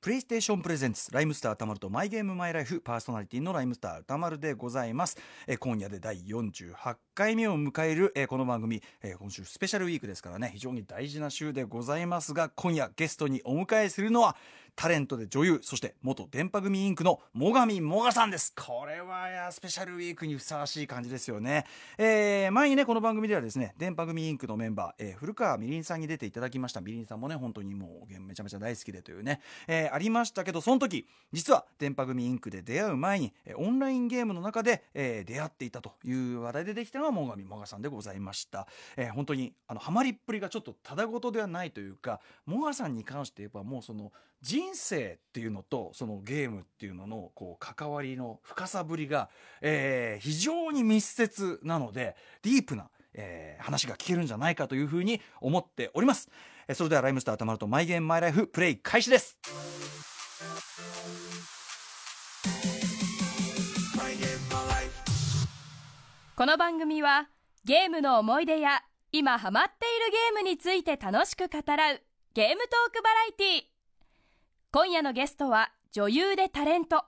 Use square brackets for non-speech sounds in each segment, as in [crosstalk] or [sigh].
プレイステーションプレゼンツライムスターたまるとマイゲームマイライフパーソナリティのライムスターたまるでございます、えー今夜で第48回目を迎える、えーこの番組、えー今週スペシャルウィークですからね非常に大事な週でございますが今夜ゲストにお迎えするのはタレントで女優そして元電波組インクの最上もがさんですこれはいやスペシャルウィークにふさわしい感じですよね、えー前にねこの番組ではですね電波組インクのメンバー、えー古川みりんさんに出ていただきましたみりんさんもね本当にもうめちゃめちゃ大好きでというね、えーありましたけどその時実は電波組インクで出会う前に、えーオンラインゲームの中で、えー出会っていたという話題でできたのが最上もがさんでございました、えー本当にあのハマりっぷりがちょっとただごとではないというかもがさんに関して言えばもうその人生っていうのとそのゲームっていうののこう関わりの深さぶりが、えー非常に密接なのでディープな、えー話が聞けるんじゃないかというふうに思っております、えーそれではライムスターたまるとマイゲームマイライフプレイ開始ですこの番組はゲームの思い出や今ハマっているゲームについて楽しく語らうゲームトークバラエティー今夜のゲストは女優でタレント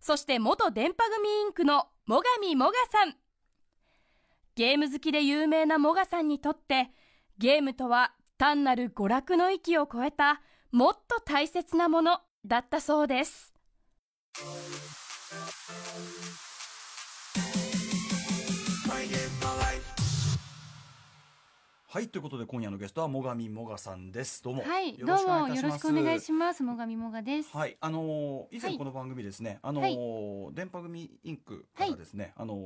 そして元電波組インクの最上もがさんゲーム好きで有名なもがさんにとってゲームとは単なる娯楽の域を超えたもっと大切なものだったそうですはいということで今夜のゲストは最上もがさんですどうもはい、どうもよろしくお願いすします。もがみもがです。はい、あのー以は前いこの番組ですね、あのー電波組インクからですね、あのー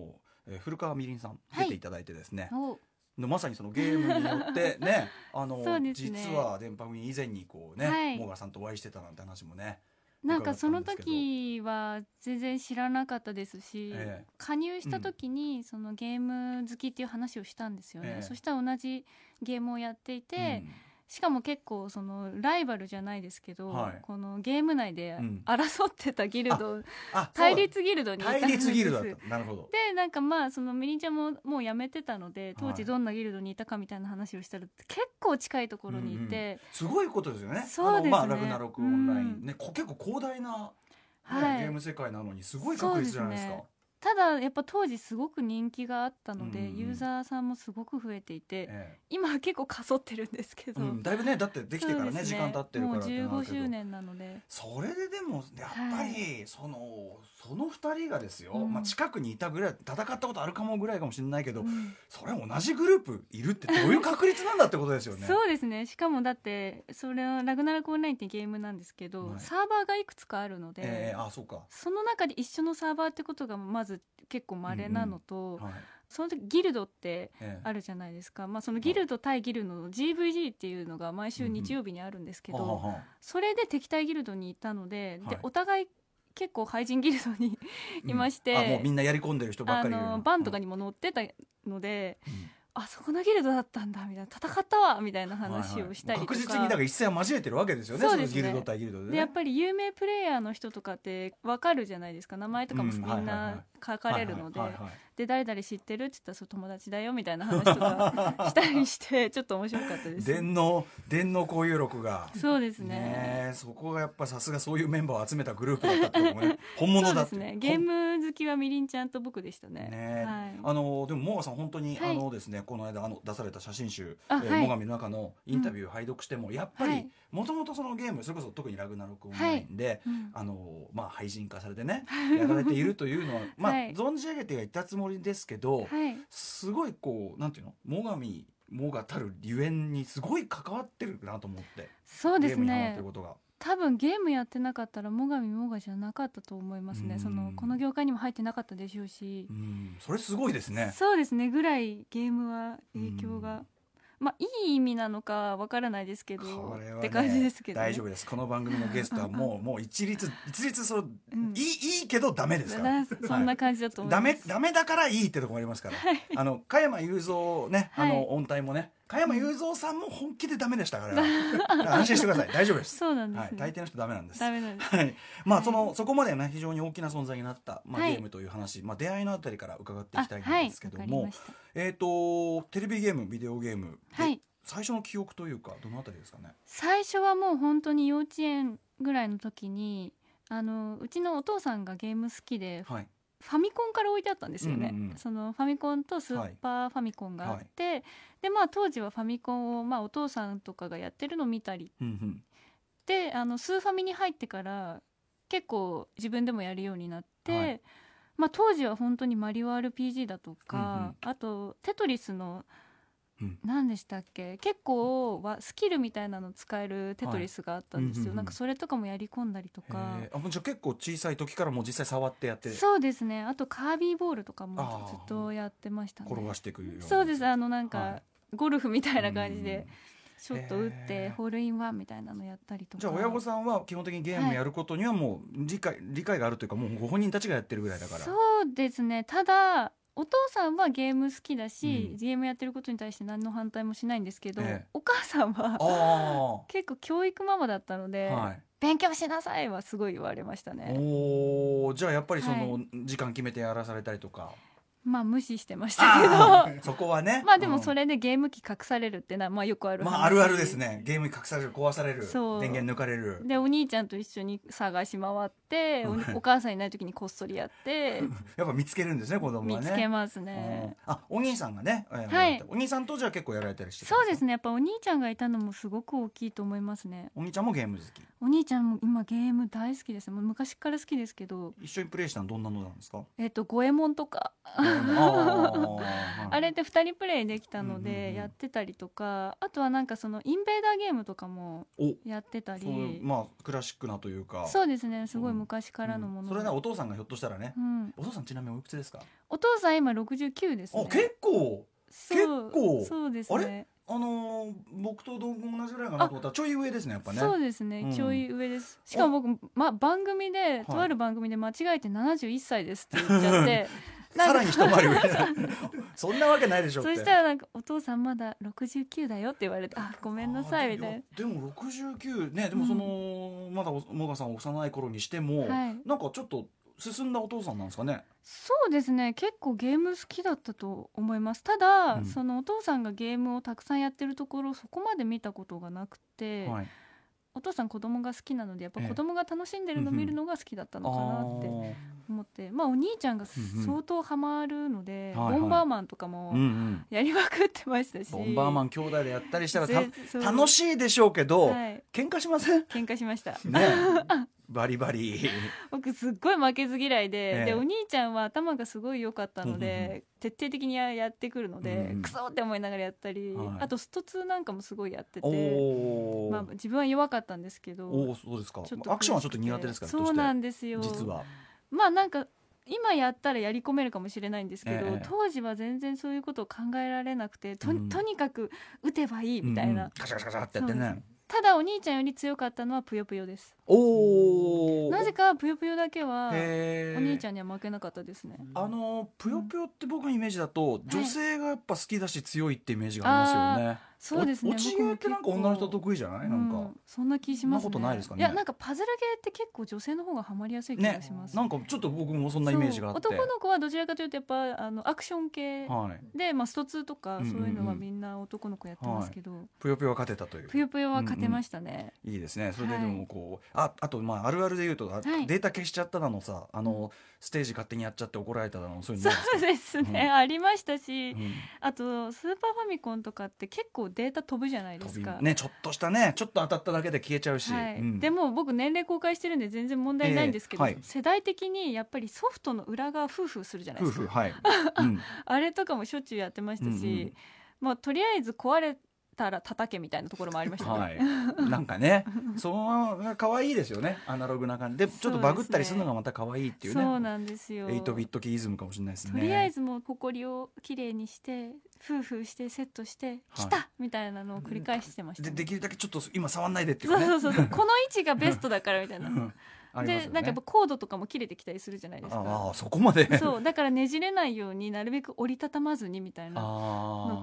えー古川みりんさんは出いていただいてですね、お、のまさにそのゲームによって [laughs] ね、あのそーうですね実は電波組以前にこうね、はいモガさんとお会いしてたなんて話もね、なんかその伺ったんで時は全然知らなかったですし、ええ加入した時にそのゲーム好きっていう話をしたんですよね。ええそしたら同じゲームをやっていて、うしかも結構そのライバルじゃないですけど、はいこのゲーム内でうん争ってたギルド、んあ対立ギルドそうにいだたんです。対立ギルドだったなるほどでなんかまあそのみりんちゃんももう辞めてたので当はい時どんなギルドにいたかみたいな話をしたら結構近いところにいて、すごいことですよねそうですあねのまあ、ラグナロクオンライン、うんねこ結構広大な、ねはい、ゲーム世界なのにすごい確率じゃないですかそうですねただやっぱ当時すごく人気があったので、うんうんユーザーさんもすごく増えていて、え今は結構かそってるんですえけど、うん、だいぶねだってできてからそうねです時間経ってるからってもなうるけど15周年なのでそれででもやっぱりその、その2人がですよ、うんまあ、近くにいたぐらい戦ったことあるかもぐらいかもしれないけど、うんそれ同じグループいるってどういう確率なんだってことですよね。そうですねしかもだってそれは「ラグナラクオンライン」ってゲームなんですけど、はいサーバーがいくつかあるので、ええあそうか、その中で一緒のサーバーってことがまず結構まれなのと、はいその時ギルドってええあるじゃないですか、まあ、そのギルド対ギルドの GVG っていうのが毎週日曜日にあるんですけど、はははそれで敵対ギルドにいたので,、はいでお互い結構廃人ギルド [laughs] にいましてうんあもうみんなやり込んでる人ばっあかりいるようなのバンとかにも乗ってたので、うんあそこのギルドだったんだみたいな戦ったわみたいなはいはい話をしたりとか。確実にだから一線を交えてるわけですよねそうですねのギルド対ギルドで,、ね、でやっぱり有名プレイヤーの人とかってわかるじゃないですか名前とかもうんみはいはいんはいな書かれるのではいはいはいはいで誰々知ってるって言ったらそう友達だよみたいな話とかしたりして [laughs] ちょっと面白かったですね。電脳電脳交友録がそうですね。ねえそこがやっぱさすがそういうメンバーを集めたグループだったってことも [laughs] ね本そ物だうっですてね。ゲーム好きはみりんちゃんと僕でしたね。ねえはい。あのでもモガさん本当に、はいあのですねこの間あの出された写真集「えあーはいモガミの中のインタビューを拝読しても、やっぱはりいもともとそのゲームそれこそ特に「ラグナロクオンラインで」うんあのまあ、廃人化されて [laughs] ねやられているというのは、まあはい存じ上げてはいたつもりですけど、はい。すごいこうなんていうの最上もがたるゆえんにすごい関わってるなと思ってそうですゲームにハマってねる。ことが。多分ゲームやってなかったらもがみもがじゃなかったと思いますうんね。そのこの業界にも入ってなかったでしょうしう。んそれすごいですね。そうですね。ぐらいゲームは影響うが。まあいい意味なのかわからないですけど、これはねって感じですけど、ね。大丈夫ですこの番組のゲストはも [laughs] うもう一律一律そう、うんいいいいけどダメですからなそんな感じだと思いダます。メダメだからいいってとこもありますから、あの加山雄三ね、はいあの音体もね加山雄三さんも本気でダメでしたから [laughs] 安心してください大丈夫ですそうなんではすい、ね。大抵の人ダメなんですダメなんです。はい、まあはいその、そこまでね非常に大きな存在になった、まあ、はゲいームという話、まあ、出会いのあたりから伺っていあきたいんですけはどい、わかりも、ました。えっ、とテレビゲームビデオゲームではい。最初の記憶というかどのあたりですかね最初はもう本当に幼稚園ぐらいの時にあのうちのお父さんがゲーム好きではいファミコンから置いてあったんですよね、うんうんうんそのファミコンとスーパーファミコンがあって、でまあ当時はファミコンを、まあ、お父さんとかがやってるの見たりうんうんであのスーファミに入ってから結構自分でもやるようになって、はいまあ、当時は本当にマリオ RPG だとか、あとテトリスのうん何でしたっけ結構はスキルみたいなの使えるテトリスがあったんですよ、はいうんうんうんなんかそれとかもやり込んだりとかへ。ーあもうじゃあ結構小さい時からもう実際触ってやってそうですねあとカービーボールとかあもーずっとやってましたね転がしていくようなそうですあのなんはかいゴルフみたいな感じでショット打っへーてホールインワンみたいなのやったりとうんかじゃあ親御さんは基本的にゲームやることにはもう理解理解があるというかもうご本人たちがやってるぐらいだからそうですねただお父さんはゲーム好きだし、うんゲームやってることに対して何の反対もしないんですけど、ええお母さんはあ結構教育ママだったのあで、はい勉強しなさいはすごい言われましたねおーじゃあやっぱりその時間決めてやらされたりとかまあ無視してましたけどそこはねまあでもそれれでゲーム機隠されるってな、まあ、よくある話まああるあるですねゲームに隠される壊されるそう電源抜かれるでお兄ちゃんと一緒に探し回っておにお母さんいない時にこっそり [laughs] やってやっぱ見つけるんですね子供見はねつけますねうんあお兄さんがね、えーはいお兄さんとじゃあ結構やられたりしてたんそうですねねやっぱお兄ちゃんがいたのもすごく大きいと思いますねお兄ちゃんもゲーム好きお兄ちゃんも今ゲーム大好きですもう昔から好きですけど一緒にプレイしたのどんなのなんです [laughs] かえっと五右衛門とかあー [laughs] あれって2人プレイできたのうんうんうんでやってたりとかあとはなんかそのインベーダーゲームとかもおやってたそういうりまあクラシックなというかそうですねすごい昔からのもうんのそれねでお父さんがひょっとしたらねうんお父さんちなみにおいくつですかお父さん今69ですあね結構そう結構そうですあれねあのー僕と同じぐらいかなと思ったらちょい上ですねやっぱねそうですね、うんちょい上ですしかも僕、ま、番組でとある番組で間違えて71歳ですって言っちゃって [laughs] なんさからに [laughs] 一回り上 [laughs] そんなわけないでしょそってしたらなんか「お父さんまだ69だよ」って言われて「あごめんなさい」あーみたいでもでも69ねでもその、まだおもがさん幼い頃にしても、な。はい、なんかちょっと進んだお父さんなんですかねそうですね結構ゲーム好きだったと思いますただ、うんそのお父さんがゲームをたくさんやってるところそこまで見たことがなくて、はいお父さん子供が好きなのでやっぱええ子供が楽しんでるの見るのが好きだったのかなってあ思って、まあお兄ちゃんがうんうん相当ハマるので「はいはいボンバーマン」とかもーうんうんやりまくってましたし。ボンバーマン兄弟でやったりしたらた楽ししいでしょうけど、はい。喧嘩しません喧嘩しました。 [laughs] ねバリバリ僕すっごい負けず嫌いで、ええでお兄ちゃんは頭がすごい良かったうのんうんうで、徹底的にややってくるのうんで、うんクソって思いながらやったり、はいあとスト2なんかもすごいやっておて、お、まあ自分は弱かったんですけど、おおそうですかちょっとアクションはちょっと苦手ですからそうなんんですよ。実はまあなんか。今やったらやり込めるかもしれないんですけど、ええ当時は全然そういうことを考えられなくてと,、うんとにかく打てばいいみたいな、うんうんカシャカシャカシャってやってそうねただお兄ちゃんより強かったのはぷよぷよですおおなぜかぷよぷよだけはおお兄ちゃんには負けなかったですね。あのぷよぷよって僕のイメージだと、女性がやっぱ好きだし強いってイメージがありますよね。そうですね。お落ち芸ってなんか女の人僕も得意じゃない、結構なんうか。そんな気しますね。そんなことないですかねいやなんかパズルゲーって結構女性の方がハマりやすい気ねがします。なんかちょっと僕もそんなイメージがあって。そう男の子はどちらかというとやっぱあのアクション系はい。でまあスト2とかうんうんそうんういうのはみんな男の子やってますけど、ぷよぷよは勝てたという。ぷよぷよは勝てましたね。いいですね。それではでいもこう、ああとまああるあるで言うと、あはいデータ消しちゃっただのさ、あのステージ勝手にやっちゃって怒られただのそういうのそないですかうですね、うんありましたし、うんあとスーパーファミコンとかって結構データ飛ぶじゃないで飛すびか。ねちょっとしたねちょっと当たっただけで消えちゃうし。はいうんでも僕年齢公開してるんで全然問題ないんですけど、ええはい世代的にやっぱりソフトの裏側フーフーするじゃない夫です婦かはい。うんあれとかもしょっちゅうやってましたし、うんうんまあ、とりあえず壊れたら叩けみたいなところもありましたね、はい、なんかね、そのまま可愛いですよね、アナログな感じで、ちょっとバグったりするのがまた可愛いっていうそうね。なんですよエイトビットキーイズムかもしれないですね。とりあえずもう埃をきれいにしてフーフーしてセットして「はい来た!」みたいなのを繰り返してましたね、で、できるだけちょっと今触んないでっていうそうね。そうそうそうこの位置がベストだからみたいなありますでよねなんかやっぱコードとかも切れてきたりするじゃないですかああ、そこまで。そうだからねじれないようになるべく折りたたまずにみたいなのを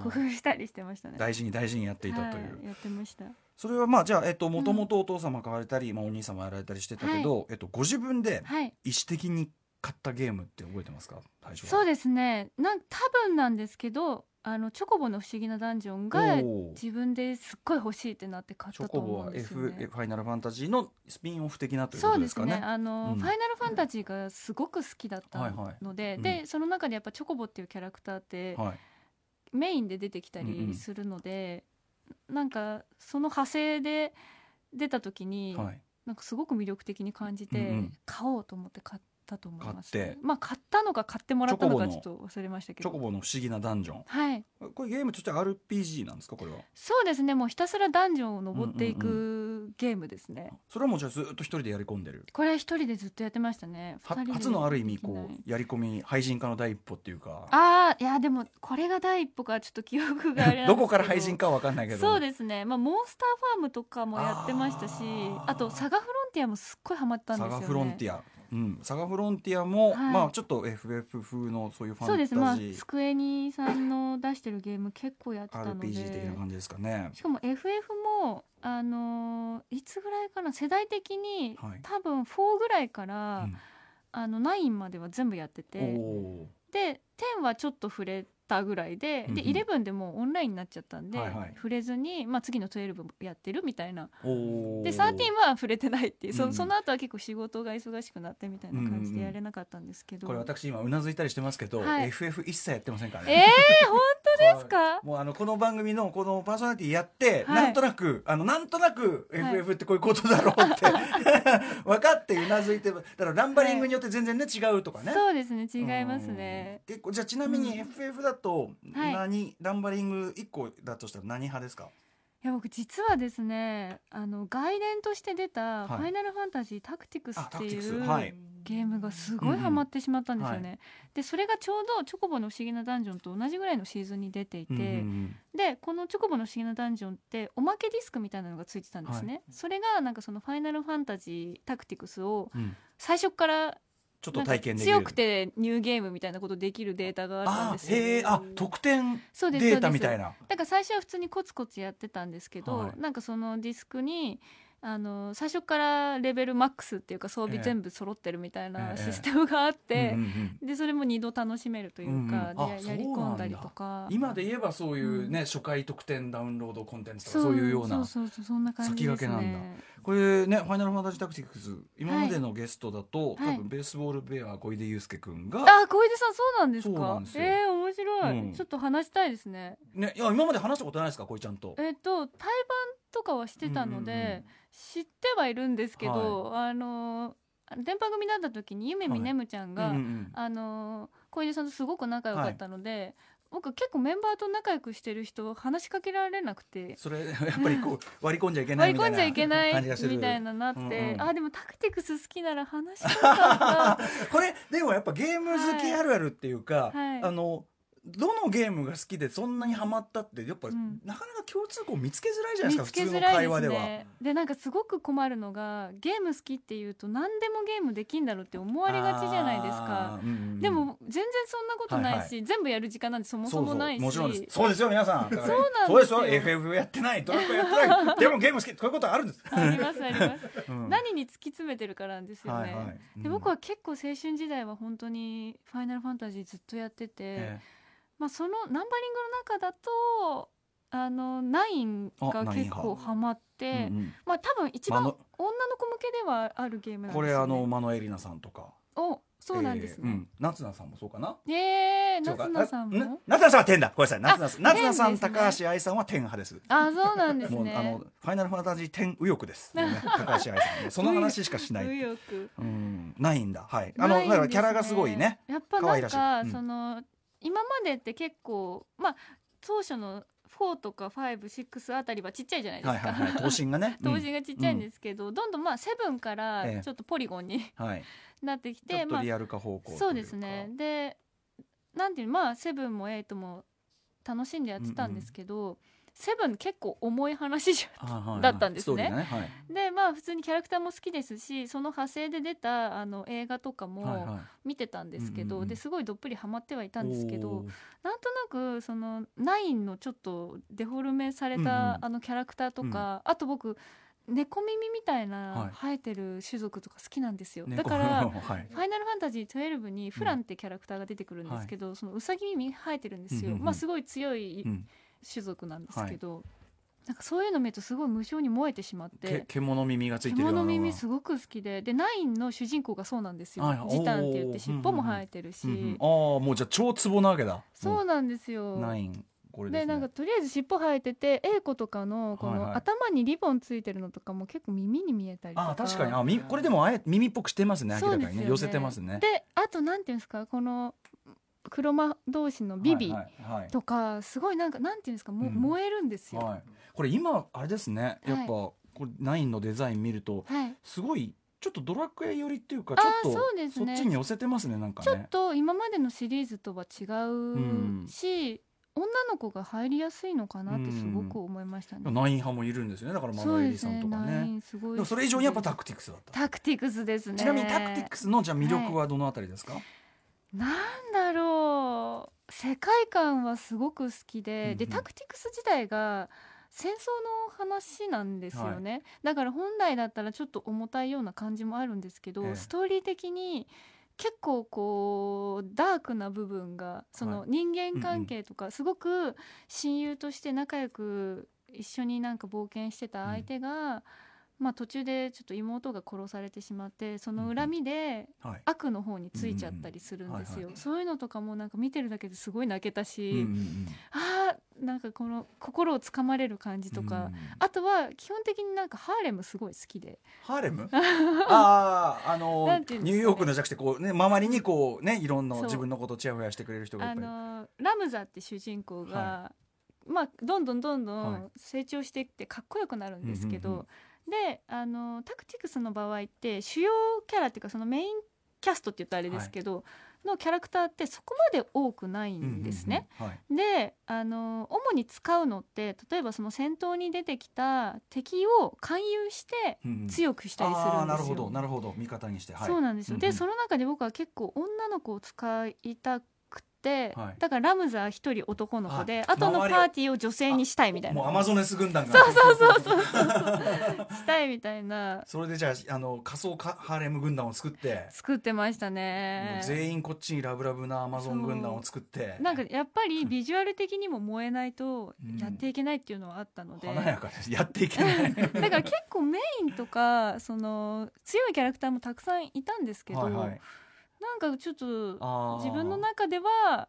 あ工夫あ、したりしてましたね。大事に大事にやっていたという。はいやってました。それはまあ、じゃあ、えっと、もともとお父様買われたり、まあ、お兄様やられたりしてたけど、えっと、ご自分ではい。意思的に買ったゲームって覚えてますか。最初はそうですね。なん多分なんですけど、あのチョコボの不思議なダンジョンがおー自分ですっごい欲しいってなって買っチョたとコボ思うはんです F よねフ。ァイナルファンタジーのスピンオフ的なというこそうとでですすかね。ね。あの、うんファイナルファンタジーがすごく好きだったはいはいので、うんでその中でやっぱチョコボっていうキャラクターってはい、メインで出てきたうんうんりするので、なんかその派生で出た時に、はい、なんかすごく魅力的に感じて、うんうん買おうと思って買ったと思います、買ってまあ買ったのか買ってもらったのかチちョょコっと忘れましたけチョどコボの不思議なダンジョン。はいこれゲームとして RPG なんですかこれは。そうですねもうひたすらダンジョンを登っていうんうくゲームですね、それはもうじゃあずっと一人でやり込んでる。これ一人でずっとやってましたねは二人で初のある意味できないこうやり込み廃人化の第一歩っていうか。あーいやでもこれが第一歩かちょっと記憶があれな [laughs] んですけどこから廃人かは分かんないけど。そうですね、まあ、モンスターファームとかもやってましたしああーとサガフロンティアもすっごいハマったんですサよガねフロンティア、うん、サガフロンティアも、はいまあちょっと FF 風のそういうファそうでンすまタあジー、スクエニさんの出してるゲーム結構やってたので RPG 的な感じですかね。しかも FF も、あのーいつぐらいかな世代的に、はい多分4ぐらいかうら、ん、あの9までは全部やってておで10はちょっと触れたぐらいで,、でうんうん11でもうオンラインになっちゃったんで、はいはい触れずに、まあ、次の12やってるみたいなーおー。で13は触れてないっていうそ,、うんその後は結構仕事が忙しくなってみたいな感じでやれなかったんですけど、これ私今うなずいたりしてますけど、はい FF 一切やってませんからえーね。本え当で [laughs] すかもうあのこの番組のこのパーソナリティやって、はいなんとなくあのなんとなくはい FF ってこういうことだろう [laughs] って、分かってうなずいてだからランバリングによって全然ね、違うとかね。そうですね違いますねうん。結構じゃあちなみうにん FF だとはい何、ランバリング一個だとしたら何派ですか？いや僕実はですねあの外伝として出はた「いファイナルファンタジータクティクス」あっタてクティクいスう、はい。ゲームがすごいハマってしまったんですよね。うんうんでそれがちょうど「チョコボの不思議なダンジョン」と同じぐらいのシーズンに出ていて、うんうんでこの「チョコボの不思議なダンジョン」っておまけディスクみたいなのがついてたんですね。それがなんかその「ファイナルファンタジータクティクス」をうんうん最初からちょっなとんか体験できる。強くてニューゲームみたいなことできるデータがあったんあですよ。へえあ得点そうデですータみたないな。だから最初は普通にコツコツやってたんですけど、はいなんかそのディスクにあの最初からレベルマックスっていうか装え備え全部揃ってるみたいえなえシステムがあって、うんうんうんでそれも二度楽しめるというか、うんうんあでややり込んだりとか今で言えばそういうね、初回得点ダウンロードコンテンツとかそういうようなそうそうそうそんな感じです、先ね、駆けなんこれね「ファイナルファンタジータクティクス」今までのゲストだと、はい多分ベースボールベア小出祐介君が、あ小出さんそうなんですそうなかんですよえー、面白い、うんちょっと話したいですねね、いや今まで話したことないですか小出ちゃんと。えっ、と対バンとかはしてたので、うんうんうん知ってはいるんですけど、あの電波組だった時にゆめみねむちゃんが、うんうんあのー小出さんとすごく仲良かったので、僕結構メンバーと仲良くしてる人話しかけられなくてそれやっぱりこう割り込んじゃいけない割みりたいな込んじゃいけない感じがするみたいななって、うんうんあでもタクティクス好きなら話しかけたら [laughs] これでもやっぱゲーム好きあるあるっていうか、はいあのどのゲームが好きでそんなにハマったってやっぱ、うんなかなか共通項見つけづらいじゃない見でつすかけ普通のづら会いで話ですは。ねでなんかすごく困るのがゲーム好きっていうと何でもゲームできんだろうって思われがちじゃないですかあー。うんうんうんでも全然そんなことないし、はいは全部やる時間なんてそもそもないしそうそうもちろんですそうですよ皆さんだからそうなんですよそうですよ FF やってないドラクエやってない [laughs] でもゲーム好きこういうことあるんです、ありますあります、うん何に突き詰めてるからなんですよね、はいはいうんで僕は結構青春時代は本当に「ファイナルファンタジー」ずっとやってて、えまあ、そのナンバリングの中だとあの9あがナイン結派構ハマっえて、うんうんまあ多分一番ま女のの子向けではあるゲームなんですこよ、ね、れあのマノエリナさんとかおそうなんですえーうねん、夏菜さんもそうかなええそうか夏菜さんあねも夏菜さんは天だごめんなさい夏菜さんあ夏菜さん、天ですね高橋愛さんは天派ですあそうなんですもうあのねファイナルファンタジー天右翼です、もうね高橋 [laughs] 愛さんその話しかしない右翼うんないんだはいあのないんだですからキャラがすごいね。やっぱ可な愛んらしいかうんその今までって結構まあ当初の4とか56あたりはちっちゃいじゃないではすいか。はいはい [laughs] 頭身がね当時がちっちゃいんですけど、どんどんまあセブンかええらちょっとポリゴンにうんはいなってきちょて、っとまあリアル化方向といかそうですねでなんていうのまあセブンもエイトも楽しんでやってたんですけど、セブン結構重い話じゃんはいはいはいだったんですねストーリーがはいでまあ普通にキャラクターも好きですしその派生で出たあの映画とかはいもは見てたんですけうんうど、んうんですごいどっぷりハマってはいい、たんですけど、おーなんとなくそのナインのちょっとデフォルメされた、うんうんあのキャラクターとか、あと僕猫耳みたいはいな生えてる種族とか好きなんですよ、だ猫かは [laughs] らい「ファイナルファンタジー12」にフランってキャラクターが出てくるんですけど、そのうさぎ耳生えてるんですうんよ、うんうんまあすごい強いうん種族なんですけど、なんかそういうの見るとすごい無性に燃えてしまっけて獣耳がついてるような獣のが耳すごく好きででナインの主人公がそうなんですよはいはいジタンっておー言っおーて尻尾も生えてるうし、んうんああもうじゃあ超ツボなわけだそうなんですうよんナインこれでですねなんかとりあえず尻尾生えてて英子とかのこはいはいの頭にリボンついてるのとかも結構耳に見えたりとかあー確かにあみこれでもあえ耳っぽくしてますね明そうらでかにすよねね寄せてますねであとなんていうんですかこの黒魔同士のビビはいはいはいとかすごいなんかなんていうんですかも、うん燃えるんですよ。ははいこれ今あれですねやっぱこれナインのデザイン見るとい、すごいちょっとドラクエ寄りっていうかあちーょっそうでとすそっねちに寄せてますねなんかちょねっと今までのシリーズとは違んうし、女の子が入りやすいのかなってすごく思いましたナね。イン派もいるんですよねだからマそノうエでリすさんね。とかナイねンすごい。でもそれ以上にやっぱタクティクスだったタクティクスですね。ちなみにタクティクスのじゃあ魅力はどのあたりですかなんだろう世界観はすごく好きで、うんうんでタクティクス自体が戦争の話なんですよね、だから本来だったらちょっと重たいような感じもあるんですけど、ええストーリー的に結構こうダークな部分がそはのい人間関係とか、すごく親友として仲良く一緒になんか冒険してた相手が、まあ、途中でちょっと妹が殺されてしまってその恨みではい悪の方についちゃったりするんですよ、うんうんはいはいそういうのとかもなんか見てるだけですごい泣けたし、うんうんうんあーなんかこの心をつかまれる感じとか、うんあとは基本的になんかハーレムすごい好きでハーレ [laughs] ムあああのなんていうんニですかューねヨークのじゃなくてこうね周りにこうねいろんなそう自分のことをちやほやしてくれる人がいあっぱいのラムザって主人公が、はまあ、どんどんどんどはん成長していってかっこよくなるんですけど、うんうんであのタクティクスの場合って主要キャラっていうかそのメインキャストって言ったらあれですけど、のキャラクターってそこまで多くないんですね。。うんうんうんはいであの主に使うのって例えばその戦闘に出てきた敵を勧誘してうんうん強くしたりするんですよ。あーなるほどなるほど味方にしてはいそうなんですよ、うでんうんその中で僕は結構女の子を使いたくて、はいだからラムザ一人男の子でああとのパ周りをーティーを女性にしたいみたいもうアなマゾネス軍団がそうそうそうそうそうしたいみたいなそれでじゃああの仮想かハーレム軍団を作って、作ってましたもねう全員こっちにラブラブなアマゾン軍団を作ってなんかやっぱりビジュアル的にも燃えないとうんやっていけないっていうのはあったので、華やかですやっていけ [laughs] ないだから結構メインとかその強いキャラクターもたくさんいたんですけど、はいはいなんかちょっとあー自分の中では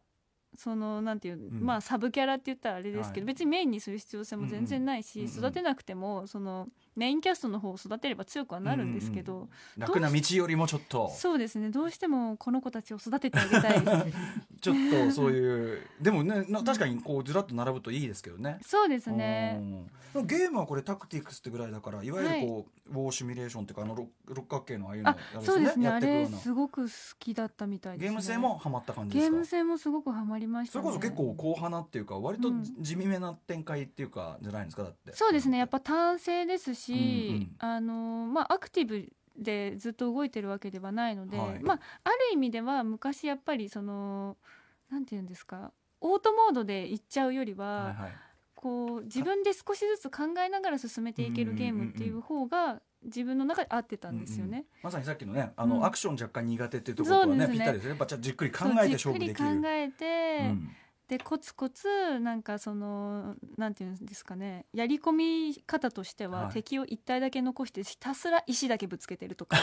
そのなんていう、んまあサブキャラって言ったらあれですけど、はい別にメインにする必要性も全然ないし、うんうんうんうん育てなくてもそのメインキャストの方を育てれば強くはなるんですけど、楽な道よりもちょっとそうですねどうしてもこの子たちを育ててあげた [laughs] いちょっとそういうでも [laughs] ねな確かにこうずらっと並ぶといいですけどねそうですねうんゲームはこれタクティクスってぐらいだからいわゆるこう、ウォーシミュレーションっていうかあの六六角形のああいうのあそうですねやあっていくよれうなすごく好きだったみたいです、ゲね、ーム性もハマった感じでゲすーかム性もすごくハマりましそた、れね、こそ結構後半なっていうか割とうん地味めな展開っていうかじゃないんですかだってそうですねやっぱ単性ですし、うんうんあのまあアクティブでずっと動いてるわけではないので、はいまあある意味では昔やっぱりそのなんていうんですかオートモードで行っちゃうよりは、はいはいこう自分で少しずつ考えながら進めていけるゲームっていう方が自分の中で合ってたんですようんうね。まさにさっきのねあの、うんアクション若干苦手っていうところとはそうでねすねぴったりですねやっぱじゃあじっくり考えて勝負できそうじっくり考るえて、うんでコツコツなんかそのなんていうんですかねやり込み方としてははい敵を一体だけ残してひたすら石だけぶつけて [laughs] るとか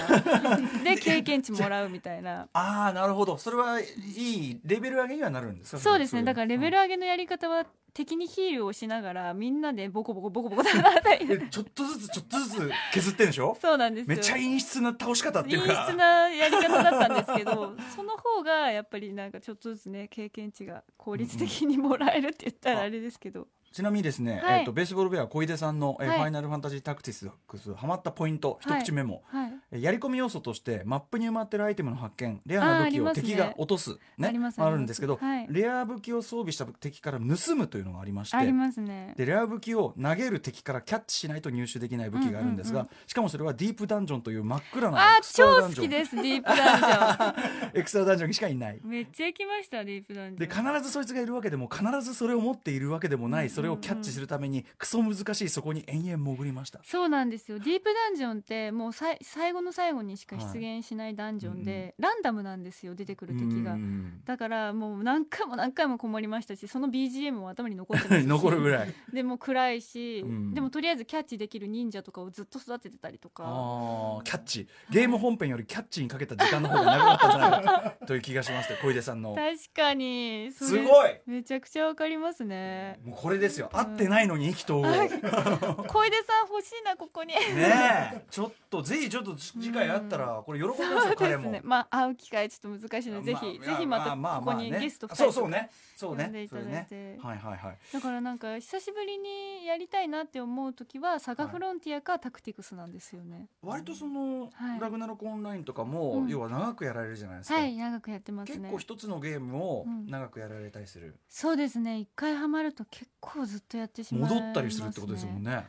で経験値もらうみたいなああなるほどそれはいいレベル上げにはなるんですかそうですねだからレベル上げのやり方は敵にヒールをしながらみんなでボコボコボコボコ叩いたりえちょっとずつちょっとずつ削ってんでしょ [laughs] そうなんですめよっちゃ陰湿な倒し方っていうか陰湿なやり方だったんですけど [laughs] その方がやっぱりなんかちょっとずつね経験値が効率的にもらえるって言ったらあれですけど、ちなみにですね、はいえっとベースボールベア小出さんの、えーはいファイナルファンタジータクティクスハマったポイント一口メモ、はいやり込み要素としてマップに埋まってるアイテムの発見レアな武器あーありまをすね敵が落とすねありますあるんですけど、はいレア武器を装備した敵から盗むというのがありましてありますねでレア武器を投げる敵からキャッチしないと入手できない武器があるんですが、うんしかもそれはディープダンジョンという真っ暗なあエクストラ超ダ好ンジきョンですディープダ [laughs] ンジョエクストラダンジョンにしかいない。ンめっちゃ行きましたディープダンジでョ必ンずそいつがいるわけでも必ずそれを持っているわけでもない、うんそれをキャッチするためにクソ難しいそこに延々潜りました。そうなんですよディープダンジョンってもうさい最後の最後にしか出現しないダンジョンで、はいうんランダムなんですよ出てくる敵がうん [laughs] だからもう何回も何回も困りましたしその BGM も頭に残ってます [laughs] し残るぐらい。でもう暗いし、うんでもとりあえずキャッチできる忍者とかをずっと育ててたりとかあーキャッチゲーム本編よりキャッチにかけた時間の方が長かったんじゃない [laughs] かという気がしますね小出さんの確かにそれすごいめちゃくちゃわかります [laughs] ねもうこれですよ合ってないのに意気投合はいね小出さん欲しいなここにえちょっとぜひちょっと次回あったらこれ喜 [laughs] びますよ彼もまあ会う機会ちょっと難しいので、ぜひぜひまたここにゲスト2人二人そうそうねそう呼んでねいそたれだいてねはいはいはいだからなんか久しぶりにやりたいなって思う時はサガフロンティアかタクティクスなんですよね割とそのはいラグナロクオンラインとかもうん要は長くやられるじゃないですかはい長くやってます結ね構一つのゲームをうん長くやられたりするそうですね一回ハマると結構ずっとやってしまいます、戻ね、ったりするってことですもんね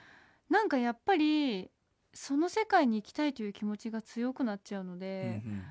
なんかやっぱりその世界に行きたいという気持ちが強くなっちゃううのんうで、ん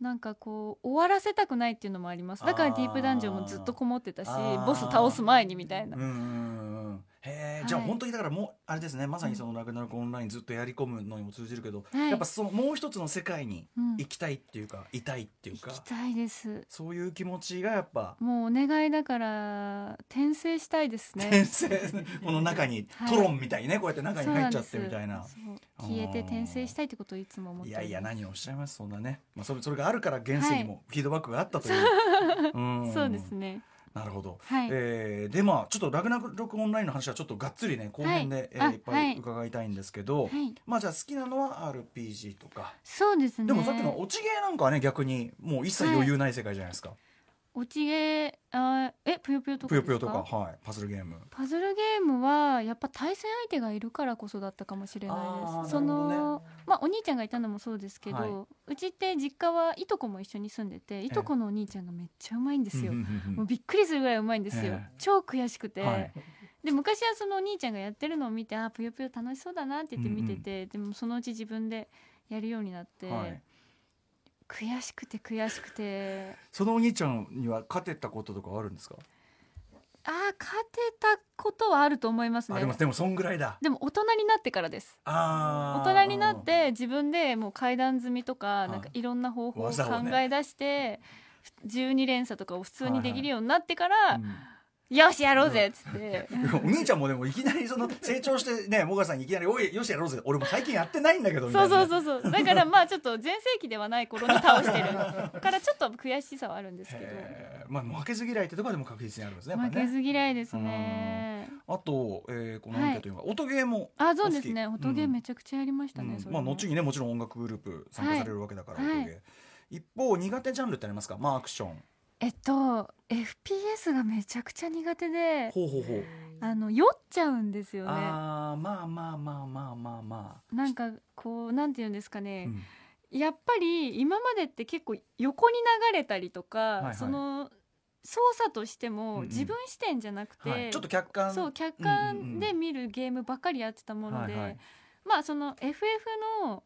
なんかこう終わらせたくないっていうのもありますだかあらーディープダンジョンもずっとこもってたしあーボス倒す前にみたいなうんうんうんうんへえ、はいじゃあ本当にだからもうあれですねまさにそのラグナロクオンラインずっとやり込むのにも通じるけど、はいやっぱそのもう一つの世界にうん行きたいっていうか、いたいっていう行かきたいですそういう気持ちがやっぱもうお願いだから転生したいですね転生、この中に [laughs] はいトロンみたいにねこうやって中に入っちゃってみたいな。そうなんですそう消えて転生したいってことをいつも思っていいやいや何をおっしゃいますそんなね、まあ、それそれがあるから現世にもフィードバックがあったという、うんそうですねなるほど、はい、えーでまあちょっとラグナロクオンラインの話はちょっとがっつりね後編で、はいえーあいっぱはいい伺いたいんですけど、はいまあじゃあ好きなのは RPG とか、そうですねでもさっきの落ちゲーなんかはね逆にもう一切余裕ない世界じゃないですか、おちげあーえぷよぷよとかぷでよすぷよとかはいパズルゲームパズルゲームはやっぱ対戦相手がいるからこそだったかもしれないあでーす。そなるほどのねまあお兄ちゃんがいたのもそうですけど、はいうちって実家はいとこも一緒に住んでていとこのお兄ちゃんがめっちゃうまいんですよ。うんうんうんうんもうびっくりするぐらいうまいんですよ、ええ超悔しくて、はいで昔はそのお兄ちゃんがやってるのを見てあーぷよぷよ楽しそうだなって言って見てて、でもそのうち自分でやるようになって、はい、悔しくて悔しくてそのお兄ちゃんには勝てたこととかあるんですか、あー勝てたことはあると思いますあねりますでもそんぐらいだでも大人になってからですあ大ー人になって自分でもう階段積みとかいなんかいろんな方法を考技をねえ出して12連鎖とかを普通にできるようになってかうらん「よしやろうぜ!」っつってお兄ちゃんもでもいきなりその成長してねもがさんにいきなり「おいよしやろうぜ俺も最近やってないんだけど」みたそいうなそうそうそうだからまあちょっと全盛期ではない頃に [laughs] 倒してるからちょっと悔しさはあるんですけどへーまあ負けず嫌いってとこでも確実にあるんですねやっ負ぱりけねず嫌いですねあと、えーこのアンケートには、音ゲーもあそうですねお好き音ゲーうんめちゃくちゃやりましたねうんそれまあも後にねもちろん音楽グループ参加されるわけだから、はい音ゲー一方苦手ジャンルってありますかまあアクションえっと FPS がめちゃくちゃ苦手でほうほうほうあの酔っちゃうんですよねあーまあまあまあまあまあまあなんかこうなんて言うんですかね、うんやっぱり今までって結構横に流れたりとか、いはいその操作としてうんもうん自分視点じゃなくて、はい、ちょっと客観そう客うんうんう観んで見るゲームばかりやってたもので、はいはいまあその FF の、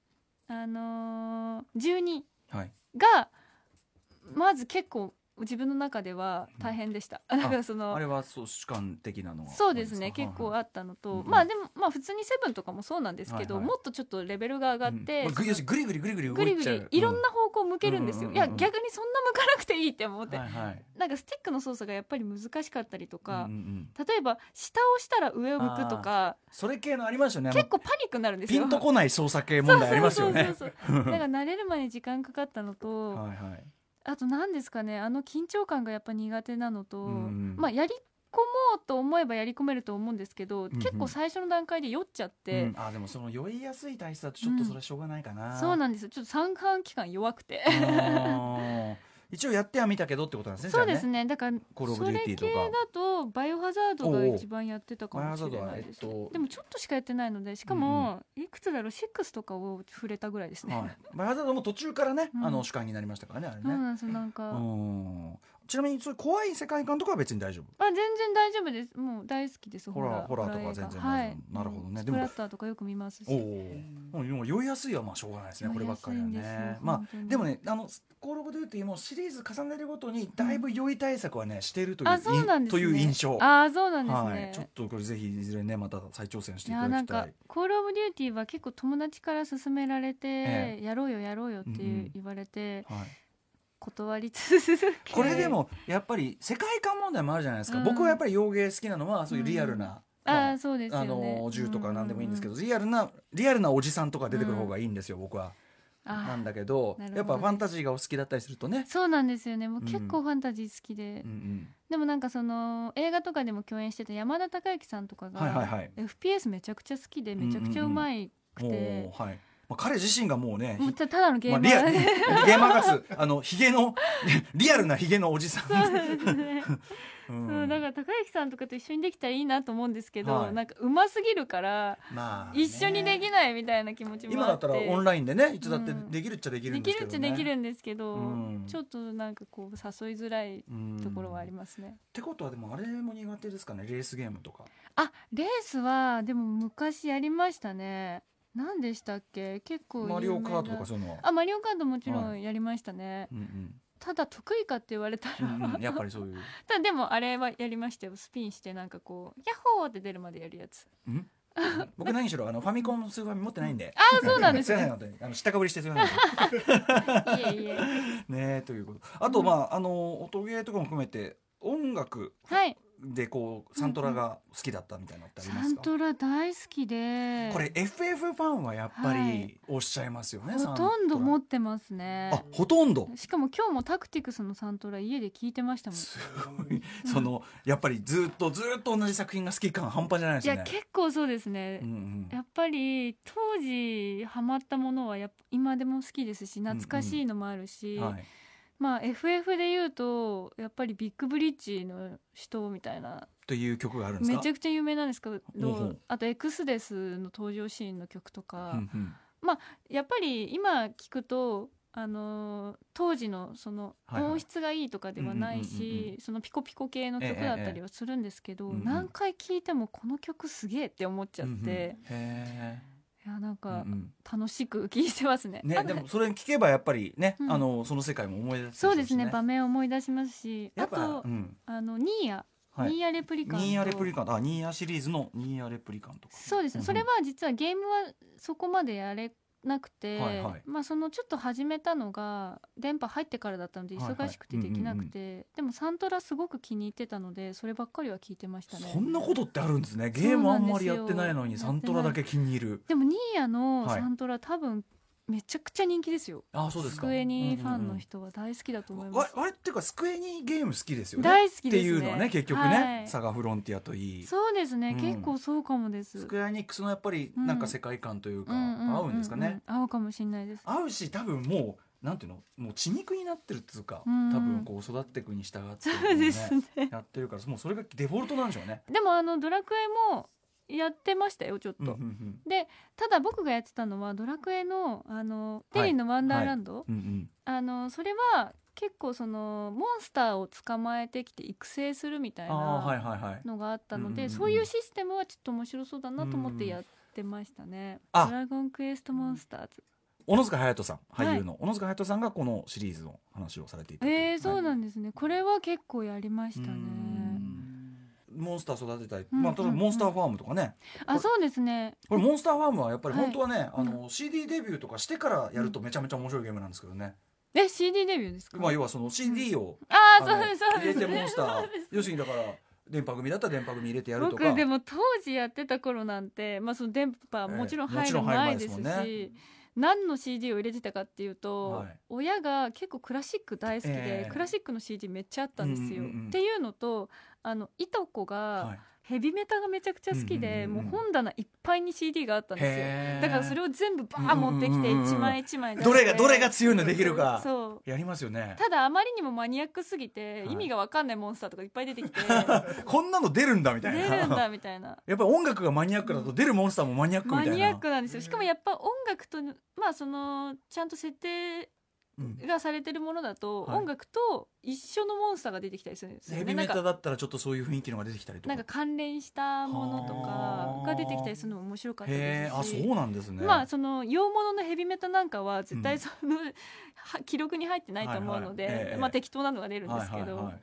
あのー12はいがまず結構自分の中では大変でした。 [laughs] だからそあのれはそう主観的なのはそうですねあるん結か構あったのと、うんうんまあでもまあ普通に「セブンとかもそうなんですけど、はいはいもっとちょっとレベルが上がって、うんまあぐ要するにグリグリグリグぐリり動いぐちゃうりいろんな方向を向けるんですうよ、んいやうんうんうん逆にそんな向かなくていいって思って、はいはいなんかスティックの操作がやっぱり難しかったりとうんうか、んうん例えば下をしたら上を向くとかそれ系のありましたよねあの結構パニックになるんですピよンとこない操作系問題ありますよねそうそうそうそうだから慣れるまで時間かかったのと、はいはいあと何ですかねあの緊張感がやっぱ苦手なのと、うんうんまあやり込もうと思えばやり込めると思うんですけど、んうん結構最初の段階で酔っちゃって、うんあでもその酔いやすい体質だとちょっとそれはしょうがないかな、そうなんですよちょっと三半期間弱くてあー一応やってはみたけどってことなんですねそうですねねだからコールオブそデュれーティー系とかだとバイオハザードが一番やってたかもしれないです、おうおうバイオハザードはえっとでもちょっとしかやってないのでしかもいくつだろう6とかを触れたぐらいですね、はい、バイオハザードも途中からね、うんあの主観になりましたからねあれそうね、なんですよなんか、うんちなみにそういう怖い世界観とかは別に大丈夫あ全然大丈夫ですもう大好きですホホラーラーホラーとか映画全然大丈夫はい、なるほどねスでもプラッターとかよく見ますしおお、うん、でも酔いやすいはまあしょうがないですねこればっかりは酔いやすいんですねよま本当あにでもねあのコール・オブ・デューティーもシリーズ重ねるごとにだいぶ酔い対策はねしているという,、あそうなんですとねいう印象ああそうなんですね、はい、ちょっとこれぜひいずれねまた再挑戦していいたやなだんきたかい「コール・オブ・デューティー」は結構友達から勧められて、えやろうよやろうよっていううんうん言われて、はい、断り続けこれでもやっぱり世界観問題もあるじゃないですか、僕はやっぱり洋芸好きなのはそういうリアルな、ま [laughs] あああそうですよあねの銃とか何でもいいんですけど、ど、リアルなリアルなおじさんとか出てくる方がいいんですよ、僕は。ああなんだけどなるほどねやっぱファンタジーがお好きだったりするとね。そうなんですよねもううん結構ファンタジー好きで、うんうんでもなんかその映画とかでも共演してた山田孝之さんとかが、はいはいはい。 FPS めちゃくちゃ好きでめちゃくちゃうまいくて、もうはい。まあ彼自身がもうね。もうたただのゲーまマあ、リアールで [laughs] ゲーマーガスあのヒゲの [laughs] リアルなヒゲのおじさん。 [laughs] そうですね、うんそうだから高之さんとかと一緒にできたらいいなと思うんですけど、はいなんかうますぎるからまあね一緒にできないみたいな気持ちも今あだっってたらオンラインでねいつだってうんできるっちゃできるでんできすけるっどちね。ゃできるんですけど、うんちょっとなんかこう誘いづらいうんところはありますね、ってことはでもあれも苦手ですかねレースゲームとか。あレースはでも昔やりましたね何でしたっけ結構有名なマリオカートとかそういうのは。あマリオカートもちろはんやりましたね、うんただ得意かって言われたら、うん [laughs] うんうんやっぱりそういう。ただでもあれはやりましたよスピンしてなんかこう「ヤッホー!」って出るまでやるやつ [laughs] ん僕何しろあのファミコンスーファミ持ってないんで。あ [laughs] あそうなんですいませね本当にあの知ったかぶりしてすいません。いえいえねえということあと、うんまああの音ゲーとかも含めて音楽はいでこうサントラが好きだったみたいなのってありサますンか、トラ大好きでこれ FF ファンはやっぱはりいおっしゃいますよね、ほとんど持もってますねあほとんどしかも今日もタクティクスのサントラ家で聞いてましたもんすごいそのやっぱりずっとずっと同じ作品が好き感半端じゃないでいすねや結構そうですね、うんうんやっぱり当時ハマったものはやっぱ今でも好きですし懐かしいのもあるし、はい、まあ FF で言うとやっぱりビッグブリッジの人みたいなという曲があるんですかめちゃくちゃ有名なんですけどほうほうあとエクスデスの登場シーンの曲とか、うんうんやっぱり今聞くと、あのー当時のそのはいはい音質がいいとかではないうんうんうんうんしそのピコピコ系の曲だったりはするんですけえど、えええうんうん何回聴いてもこの曲すげえって思っちゃっうんうんてへ、えいやなんうんうかん楽しく聴いてますね。ねあでもそれ聞けばやっぱりね、うんあのその世界も思い出す [laughs] そうですね場面を思い出しますしやあっぱと、うんあのニーヤ、はいニーヤレプリカンとニーヤレプリカントあニーヤシリーズのニーヤレプリカントかそうですね、それは実はゲームはそこまでやれなくて、はいはいまあそのちょっと始めたのが電波入ってからだったのではいはい忙しくてできなくて、でもサントラすごく気に入ってたのでそればっかりは聞いてましたねそんなことってあるんですねゲームあんまりやってないのにそサうンなんですトよラだけ気に入るでもニーヤのはいサントラ、多分めちゃくちゃ人気ですよあそうですスかクエニファンの人人は大好きだと思いまわす、われっていうかスクエニゲーム好きですよね大好きっでてすねいうのはね結局ね、はいサガフロンティアといいそうですね、うん結構そうかもですスクエアニックスのやっぱりなんか世界観というか、合うんですかね、合うかもしれないです合うし多分もうなんていうのもう血肉になってるっていうか、うん多分こう育っていくに従って、そうですねやってるからもうそれがデフォルトなんでしょうね。でもあのドラクエもやってましたよちょっと、うんうんただ僕がやってたのはドラクエの「あのはいテリーのワンダーランド」うんうんあのそれは結構そのモンスターを捕まえてきて育成するみたいああはいなはいはい。のがあったうんのうんうんでそういうシステムはちょっと面白そうだなと思ってやってましたね「あドラゴンクエストモンスターズ小野塚隼人さんはい俳優の、小野塚隼人さんがこのシリーズの話をされてい」たといえー、そうなんんですねこれは結構やりましたねモンスター育てたり、うんまあ、例えばうんモンスターファームとかね、あそうですねこれモンスターファームはやっぱりはい本当はね、あの CD デビューとかしてからやるとめちゃめちゃ面白いゲームなんですけどね、え CD デビューですかまあ、要はその CD をあーあのそうですそう入れですてモンスターそうです要するにだから電波組だったら電波組入れてやるとか僕でも当時やってた頃なんて、まあ、その電波はもちろんええも入ちろるん入る前前でですすもし、んね何の CD を入れてたかっていうと、はい親が結構クラシック大好きで、ええクラシックの CD めっちゃあったんですよ。うんうんうんっていうのとあのいとこはがいヘビメタがめちゃくちゃ好きで、うんうんうんうんもう本棚いっぱいに CD があったんですよ。へーだからそれを全部バー持ってきてうんうんうんうん一枚一枚出してどれがどれが強いのできるかそうやりますよねただあまりにもマニアックすぎて、はい意味がわかんないモンスターとかいっぱい出 [laughs] てきてこんなの出るんだみ出たいなるんだみたいなやっぱり音楽がマニアックだと出るモンスターもマニアックみたマいなニアックなんですよしかもやっぱ音楽とまあそのちゃんと設定うんがされてるものだと、はい音楽と一緒のモンスターが出てきたりするんですよヘビねなメんタかだったらちょっとそういう雰囲気のが出てきたりとなかんか関連したものとはかあが出てきたりするのも面白かったへえであすそしうなんですねまあその洋物のヘビメタなんかは絶うん対その、は記録に入ってないと思うので、はいはいええまあ、適当なのが出るんですはけど、いはいはいうん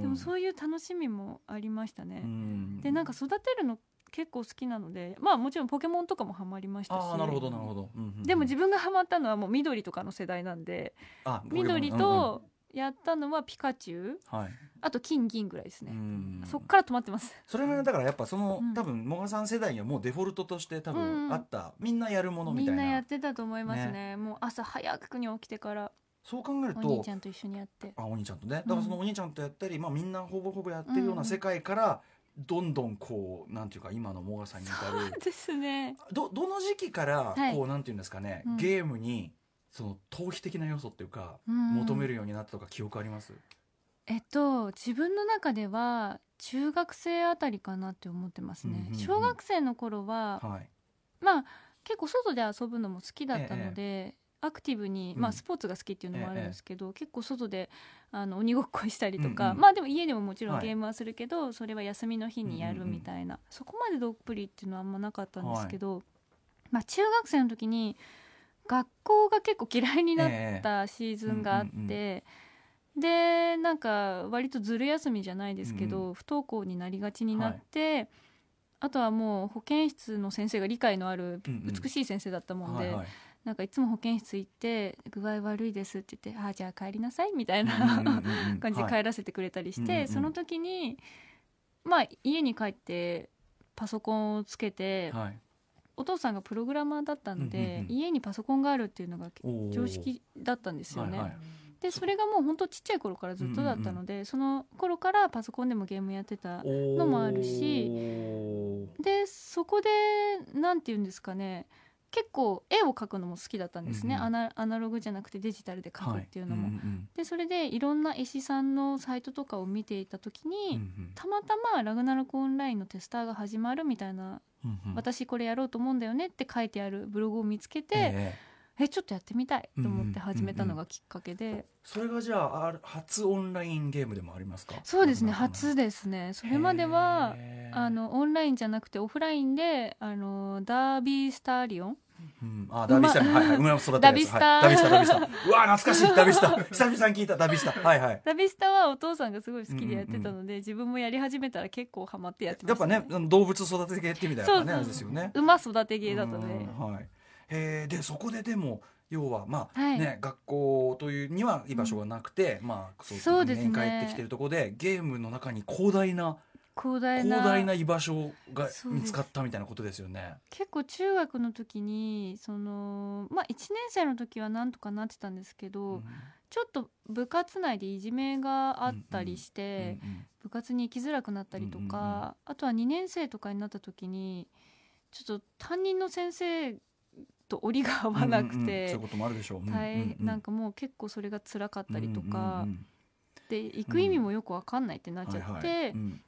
でもそういう楽しみもありましたね。うんでなんか育てるの結構好きなのでまあもちろんポケモンとかもハマりましたしああなるほどなるほど、うんうんうんでも自分がハマったのはもう緑とかの世代なんであポケモン緑とやったのはピカチュウうんうんはいあと金銀ぐらいですうね、んそっから止まってますそれはだからやっぱその、うん多分モガさん世代にはもうデフォルトとして多うんう分んあった、みんなやるものみみたいんななやってたと思いますねもう朝早くに起きてからそう考えるおと兄ちゃんと一緒に [laughs] やってあお兄ちゃんとねだからそのうんお兄ちゃんとやったり、まあ、みんなほぼほぼやってるよううんうなん世界から、どんどんこうなんていうか今のモガさんに至るですねどどの時期からこう、はいなんていうんですかね、うんゲームにその逃避的な要素っていうか、求求めるようになったとか記憶あります、えっと自分の中では中学生あたりかなって思ってますね、うんうんうん小学生の頃ははいまあ結構外で遊ぶのも好きだったので、アクティブに、まうあ、んスポーツが好きっていうのもあるんですけど、結構外であの鬼ごっこしたりとうんか、うんまあでも家でももちろはんいゲームはするけど、それは休みの日にやるみたいな、そこまでどっぷりっていうのはあんまなかったんですけど、まあ、中学生の時に学校が結構嫌いになっええたシーズンがあって、うんうんでなんか割とずる休みじゃないですけど、うん不登校になりがちになって、あとはもう保健室の先生が理解のあるうんうん美しい先生だったもんで、はいはいなんかいつも保健室行って「具合悪いです」って言って「ああじゃあ帰りなさい」みたいうんうんなうんうん [laughs] 感じではい帰らせてくれたりして、うんうんうんその時にまあ家に帰ってパソコンをつけて、はいお父さんがプログラマーだったので、うんうんうん家にパソコンがあるっていうのがおー常識だったんですよね。はいはいでそれがもう本当ちっちゃい頃からずっとだったので、その頃からパソコンでもゲームやってたのもあるしでそこでなんて言うんですかね結構絵を描くのも好きだったんですね、うんうんアナアナログじゃなくてデジタルで描くっていうのはも。いんでそれでいろんな絵師さんのサイトとかを見ていた時うんに、うんたまたま「ラグナロクオンライン」のテスターが始まるみたいな、うんうん私これやろうと思うんだよねって書いてあるブログを見つけて、えええちょっとやってみたいと思って始めたのがきっかけで、それがじゃあある初オンラインゲームでもありますかそうですねなんか初ですねそれまではへーあのオンラインじゃなくてオフラインであのダービースターリオンうん、あダビスタねはいはい馬を育てるやつダビスタはい、ダビスタダビスタうわ懐かしいダビスタ久々に聞いたダビスタはいはいダビスタはお父さんがすごい好きでやってたので、自分もやり始めたら結構ハマってやってやまっしぱた、ね動物育て系ってみたいなねそうそうあれですよね馬育て芸だったねうんはいえー、でそこででも要はまあ、はいね学校というには居場所がなくて、まあそうそうですね年帰ってきてるところでゲームの中に広大な広大広な大な居場所がそうで見すつかったみたいなことですよね。結構中学の時にそのまあ1年生の時はなんとかなってたんですけうど、んちょっと部活内でいじめがあったりして、うん部活に行きづらくなったりとか、うんうんうんあとは2年生とかになった時にちょっと担任の先生と折りが合うんわなうんくうんうんそういてう、こともあるでしょう。うん大うなんかもう結構それが辛かったりとか、うんうんうんで行く意味もよく分かんないってなっちゃって、はいはいうん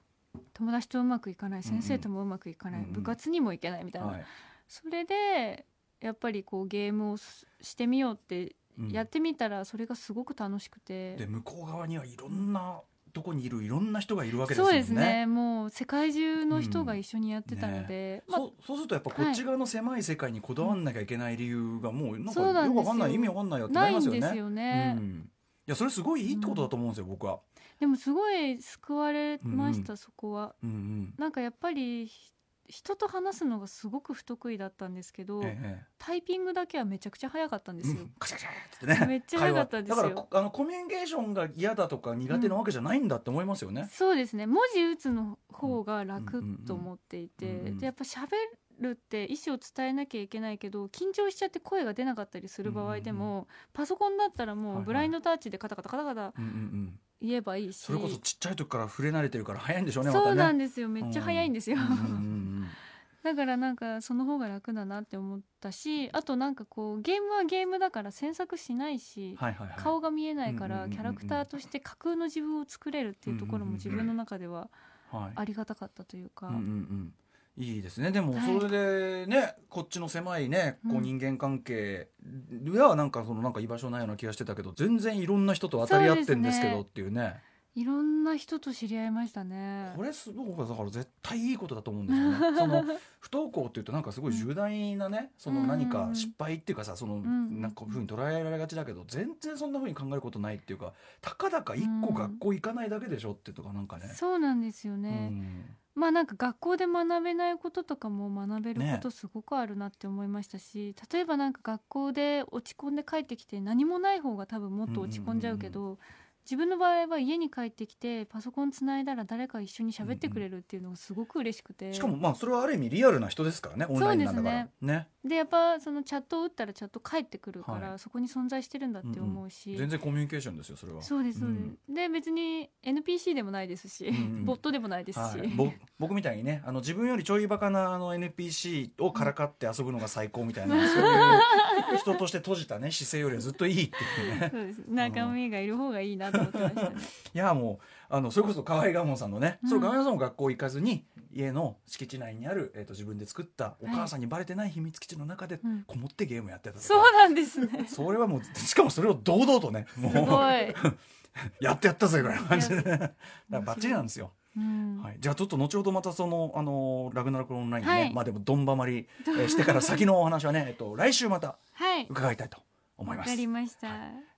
友達とうまくいかないうんうん先生ともうまくいかない、うんうん部活にも行けないみたいな、はいそれでやっぱりこうゲームをすしてみようってうんやってみたらそれがすごく楽しくて。で向こう側にはいろんなとこにいるいろんな人がいるわけですそようね。ですねもう世界中の人が一緒にやってたので、まあそうそうするとやっぱこっち側の狭い世界にこだわんなきゃいけない理由がもうなんかそうなんよですよくわかんない意味わかんないよってななりいまんすよね。ですよね、うん、いやそれすごいいいってことだと思うんですよ、僕は。でもすごい救われましうた、んうそこはうんうん。なんかやっぱりひ人と話すのがすごく不得意だったんですけど、ええタイピングだけはめちゃくちゃ早かったんですうよ、ん、カシャカシャってねめっちゃ早かったんですよ会話だからこあのコミュニケーションが嫌だとか苦手なわけじゃないんだって思いますよね、 [laughs] そうですね文字打つの方が楽と思っていて、うんうんうんでやっぱ喋るって意思を伝えなきゃいけないけど緊張しちゃって声が出なかったりする場合でも、パソコンだったらはいもはういブラインドタッチでカタカタカタカタうんうんうん、言えばいいしそれこそちっちゃい時から触れ慣れてるから早いんでしょうねまたそうねなんですよめっちゃ早いんですよ、うんうんうんだからなんかその方が楽だなって思ったしあとなんかこうゲームはゲームだから詮索しないし、はいはいはい顔が見えないかうんうんうんらうんキャラクターとして架空の自分を作れるっていうところも自分の中でははいありがたかったというか、うんうんうんいいですねでもはいそれでね、こっちの狭いねこううん人間関係ではなんかそのなんか居場所ないような気がしてたけど全然いろんな人と当たり合ってんですけどそうですねっていうねいろんな人と知り合いましたねこ。れすごくだから絶対いいことだと思うんですよ [laughs] ね。その不登校っていうとなんかすごい重大なね、その何か失敗っていうかさそのんなんかこういうふうに捉えられがちだけど全然そんなふうに考えることないっていうかたかだか一個うん学校行かないだけでしょっていうとかなんかね。そうなんですようね、んまあなんか学校で学べないこととかも学べるねことすごくあるなって思いましたし、例えばなんか学校で落ち込んで帰ってきて何もない方が多分もっと落ち込んじゃうけど、自分の場合は家に帰ってきてパソコンつないだら誰か一緒に喋ってくれるっていうのがすごく嬉しくて、しかもまあそれはある意味リアルな人ですからねオンラインなんだからそうでねでやっぱそのチャットを打ったらチャット返ってくるから、はそこに存在してるんだって思うし、全然コミュニケーションですよそれは。そうですそうです、んで別に NPC でもないですし、んうんボットでもないですし、はい、ぼ僕みたいにねあの自分よりちょいバカなあの NPC をからかって遊ぶのが最高みたい [laughs] な、そういう人として閉じたね姿勢よりはずっといいっていうね [laughs] そうです仲間がいる方がいいなと思ってまし [laughs] たね。いやもうあのそれこそ河合賀門さんのね、うんその河合賀門さんも学校行かずに家の敷地内にある、えー、と自分で作ったお母さんにバレてない秘密基地の中でうんこもってゲームやってたとか、そうなん [laughs] ですね。それはもうしかもそれを堂々とねもすごうい。 [laughs] やってやったぜぐらいの感じで、ね、だからバッチリなんですよ。うんはい、じゃあちょっと後ほどまたその、あのラグナロクオンラインね、はいまあでもどんばま [laughs] り、えーしてから先のお話はね、えっと、来週またはい。伺いたいと思いわまかす。りました。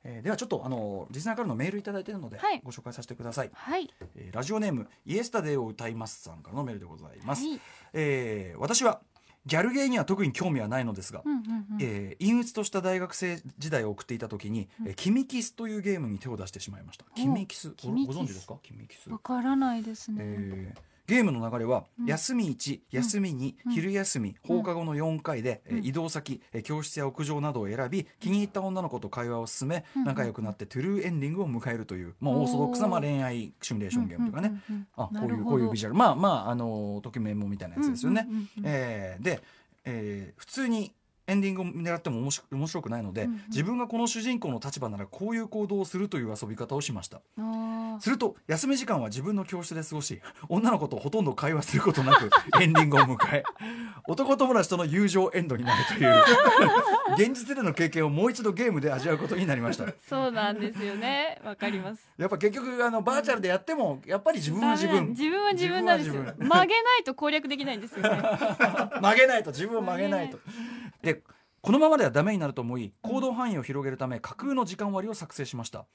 えーではちょっと、あのリスナーからのメールいただいているので、はいご紹介させてください、はい。えーラジオネームイエスタデーを歌いますさんからのメールでございます、はいえー私はギャルゲーには特に興味はないのですが、うんうんうん。えー陰鬱とした大学生時代を送っていた時に、えーキミキスというゲームに手を出してしまいましたキミキスごキミキスご存知ですかキミキスわからないですね。えーゲームの流れは、うん休み1休み2、うん昼休み、放課後の4回で、えーうん移動先、えー教室や屋上などを選び気に入った女の子と会話を進め、うん仲良くなってトゥルーエンディングを迎えるという、まあ、おーオーソドックスなまあ恋愛シミュレーションゲームとかね、うんうんうん。あこういうこういうビジュュアルまあまああのーときめもみたいなやつですよね。うんうんうんうんえーで、えー普通にエンディングを狙っても面白面白くないので、うんうん自分がこの主人公の立場ならこういう行動をするという遊び方をしました。あーすると休み時間は自分の教室で過ごし女の子とほとんど会話することなくエンディングを迎え男友達との友情エンドになるという現実での経験をもう一度ゲームで味わうことになりましたそうなんですよね。わかります。やっぱ結局あのバーチャルでやってもやっぱり自分は自ダメなん分 [laughs] 自分は自分なんですよ。自分は自曲げないと攻略できないんですよ [laughs] ね。曲げないと自分を曲げないと。でこのままではダメになると思い行動範囲を広げるため架空の時間割を作成しました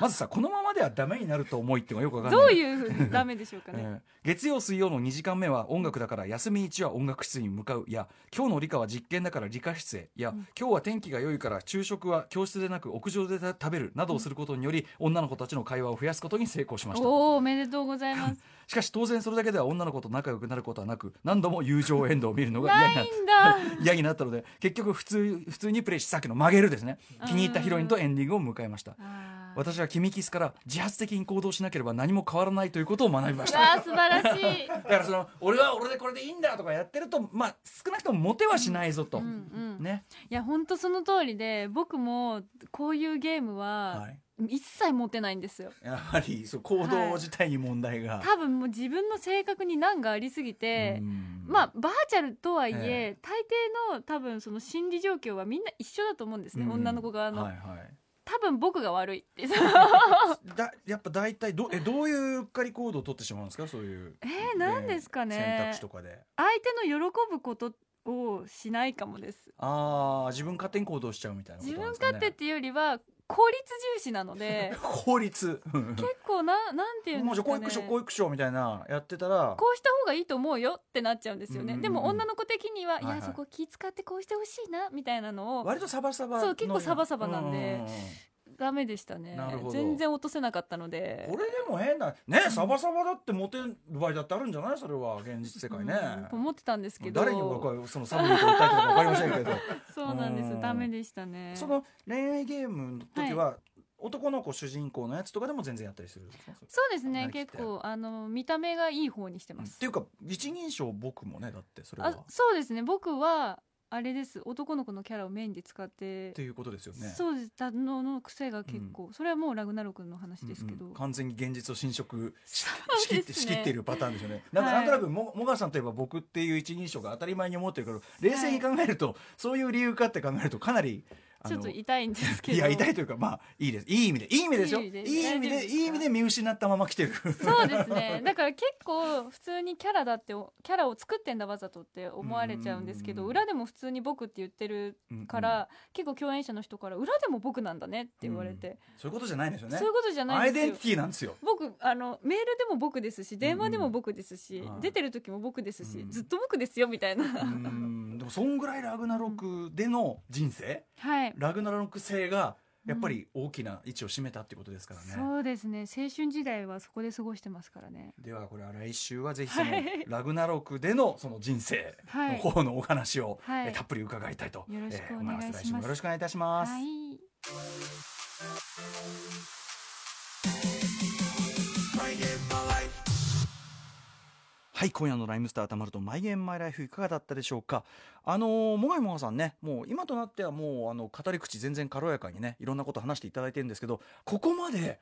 まずさこのままではダメになると思いっていうのがよくわかんどなういいうふうにダメでしょうかえね。ー月曜水曜の2時間目は音楽だから休み1は音楽室に向かうや今日の理科は実験だから理科室へや、今日は天気が良いから昼食は教室でなく屋上でた食べるなどをすることにより、女の子たちの会話を増やすことに成功しましたおお、おめでとうございます。しかし当然それだけでは女の子と仲良くなることはなく何度も友情エンドを見るのが嫌になっいいんだ。嫌になったので結局普通普通にプレイしさっきの曲げるですね気に入ったヒロインとエンディングを迎えました [laughs] あー私はキミキスから自発的に行動しなければ何も変わらないということを学びましたわあ、素晴らし [laughs] い。だからその俺は俺でこれでいいんだとかやってるとまあ少なくともモテはしないぞと、うんうん。ね、いや本当その通りで僕もこういうゲームははい、一切持てないんですよ、やはりそう行動自体に問題が、多分もう自分の性格に難がありすぎて、うんまあバーチャルとはいえ、え大抵の多分その心理状況はみんな一緒だと思うんですね、うん女の子側の、はいはい多分僕が悪いっ [laughs] てえだやっぱ大体どえどういううっかり行動を取ってしまうんですかそういう、ー、何ですか選ね択肢とかで相手の喜ぶことをしないかもですああ自分勝手に行動しちゃうみたいなこと自なん分ですか、ね、勝手っていうよりは効率重視なの [laughs] で法律結構ななんていうんもでうじすゃあ保かね育所保育所みたいなやってたらこうした方がいいと思うよってなっちゃうんですよね、うんうんうんでも女の子的には、はいはいいやそこ気使ってこうしてほしいなみたいなのを割とサバサバそう結構サバサバなんでううダメでしたねなるほど全然落とせなかったのでこれでも変なねサバサバだってモテる場合だってあるんじゃないそれは現実世界ね、うんと思ってたんですけど誰に僕はそのサブに訴えてるか [laughs] 分かりませんけどそうなんですうんダメでしたねその恋愛ゲームの時は、男の子主人公のやつとかでも全然やったりするんですかそうですなねんか来て結構あの見た目がいい方にしてうんまっす、ていうか一人称僕もねだってそれはあっそうですね僕はあれです男の子のキャラをメインで使ってていうことですよね。そうですだのの癖が結構、それはもうラグナロクの話ですけど、うんうん完全に現実を侵食しそうしきってですね仕切っているパターンですよね。なんかはないんとなくももがさんといえば僕っていう一人称が当たり前に思ってるけど冷静に考えると、そういう理由かって考えるとかなりあちょっのと痛いんですけどいや痛いというかまあいいですいい意味でいい意味ですよいいいい意味意味で大丈夫でですかいい意味で見失ったまま来てる。 [laughs] そうですねだから結構普通にキャラだっておキャラを作ってんだわざとって思われちゃうんですけど、うんうんうん裏でも普通に僕って言ってるから、結構共演者の人から裏でも僕なんだねって言われて、そういうことじゃないんですよねそういうことじゃなアいイんデですンよティティなんですよ。僕あのメールでも僕ですし電話でも僕ですし、うんうん出てる時も僕ですし、うんずっと僕ですよみたいな、うんでもそんぐらいラグナロクでの人生はいラグナロク性がやっぱり大きな位置を占めたってことですからね。そうですね青春時代はそこで過ごしてますからねではこれは来週はぜひそのはいラグナロクでのその人生はのい方のお話をはいえーたっぷり伺いたいとえよろしーくお思い願まいしす。ます来週もよろしくお願いいたします。はいはい今夜のライムスターたまるとマイゲームマイライフいかがだったでしょうかあのーもがいもがさんねもう今となってはもうあの語り口全然軽やかにねいろんなこと話していただいてるんですけどここまで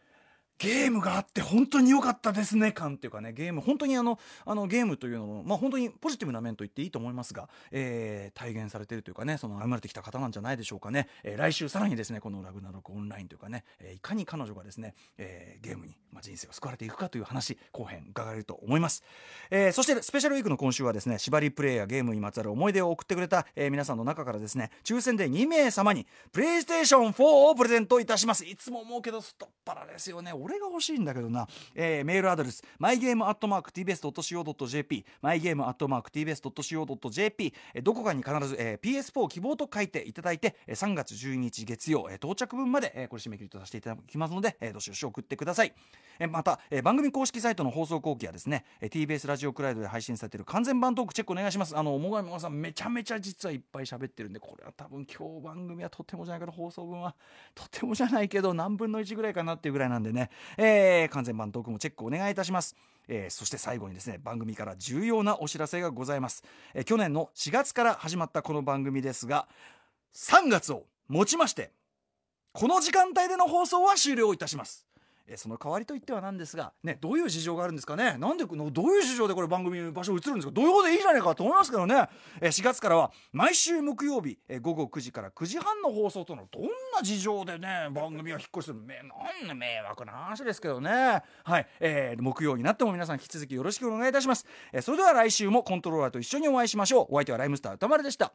ゲームがあって本当に良かったですね感っていうかねゲーム本当にあのあのゲームというのも、まあ、本当にポジティブな面と言っていいと思いますが、えー体現されてるというかねその歩まれてきた方なんじゃないでしょうかね、えー来週さらにですねこの「ラグナロクオンライン」というかね、えーいかに彼女がですね、えーゲームに、まあ、人生を救われていくかという話後編伺えると思います、えーそしてスペシャルウィークの今週はですね縛りプレイやゲームにまつわる思い出を送ってくれた、えー皆さんの中からですね抽選で2名様にプレイステーション4をプレゼントいたしますいつも思うけど太っ腹ですよね俺が欲しいんだけどな、えーメールアドレス mygame.tbs.co.jp mygame.tbs.co.jp えーどこかに必ず、えー PS4 希望と書いていただいて、えー3月12日月曜、えー到着分まで、えーこれ締め切りとさせていただきますので、えーどしどし送ってくださいえーまた、えー番組公式サイトの放送後期はですね、えー TBS ラジオクラウドで配信されている完全版トークチェックお願いしますあのもがいもがさんめちゃめちゃ実はいっぱい喋ってるんでこれは多分今日番組はとてもじゃないけど放送分はとてもじゃないけど何分の1ぐらいかなっていうぐらいなんでね、えー完全版トークもチェックお願いいたしますえーそして最後にですね番組から重要なお知らせがございます、えー去年の4月から始まったこの番組ですが3月をもちましてこの時間帯での放送は終了いたしますえーその代わりといってはなんですが、ね、どういう事情があるんですかねなんでこのどういう事情でこれ番組の場所移るんですか土曜でいいじゃないかと思いますけどね、えー4月からは毎週木曜日、えー午後9時から9時半の放送とのどんな事情でね番組が引っ越してるめなんの迷惑な話ですけどねはい、えー木曜になっても皆さん引き続きよろしくお願いいたします、えーそれでは来週もコントローラーと一緒にお会いしましょうお相手はライムスター歌丸でした